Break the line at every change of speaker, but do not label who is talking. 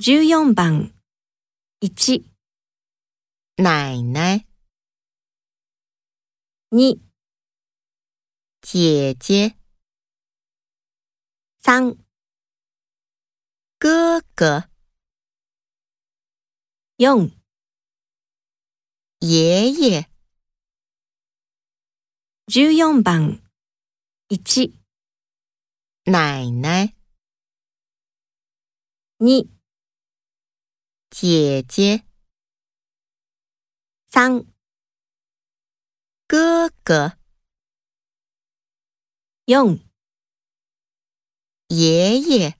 14番1、
奶奶、
2、
姐姐、
3、
哥哥、
4、
爷爷、
14番1、
奶奶、
2、
姐姐、
3、
哥哥、
4
爷爷、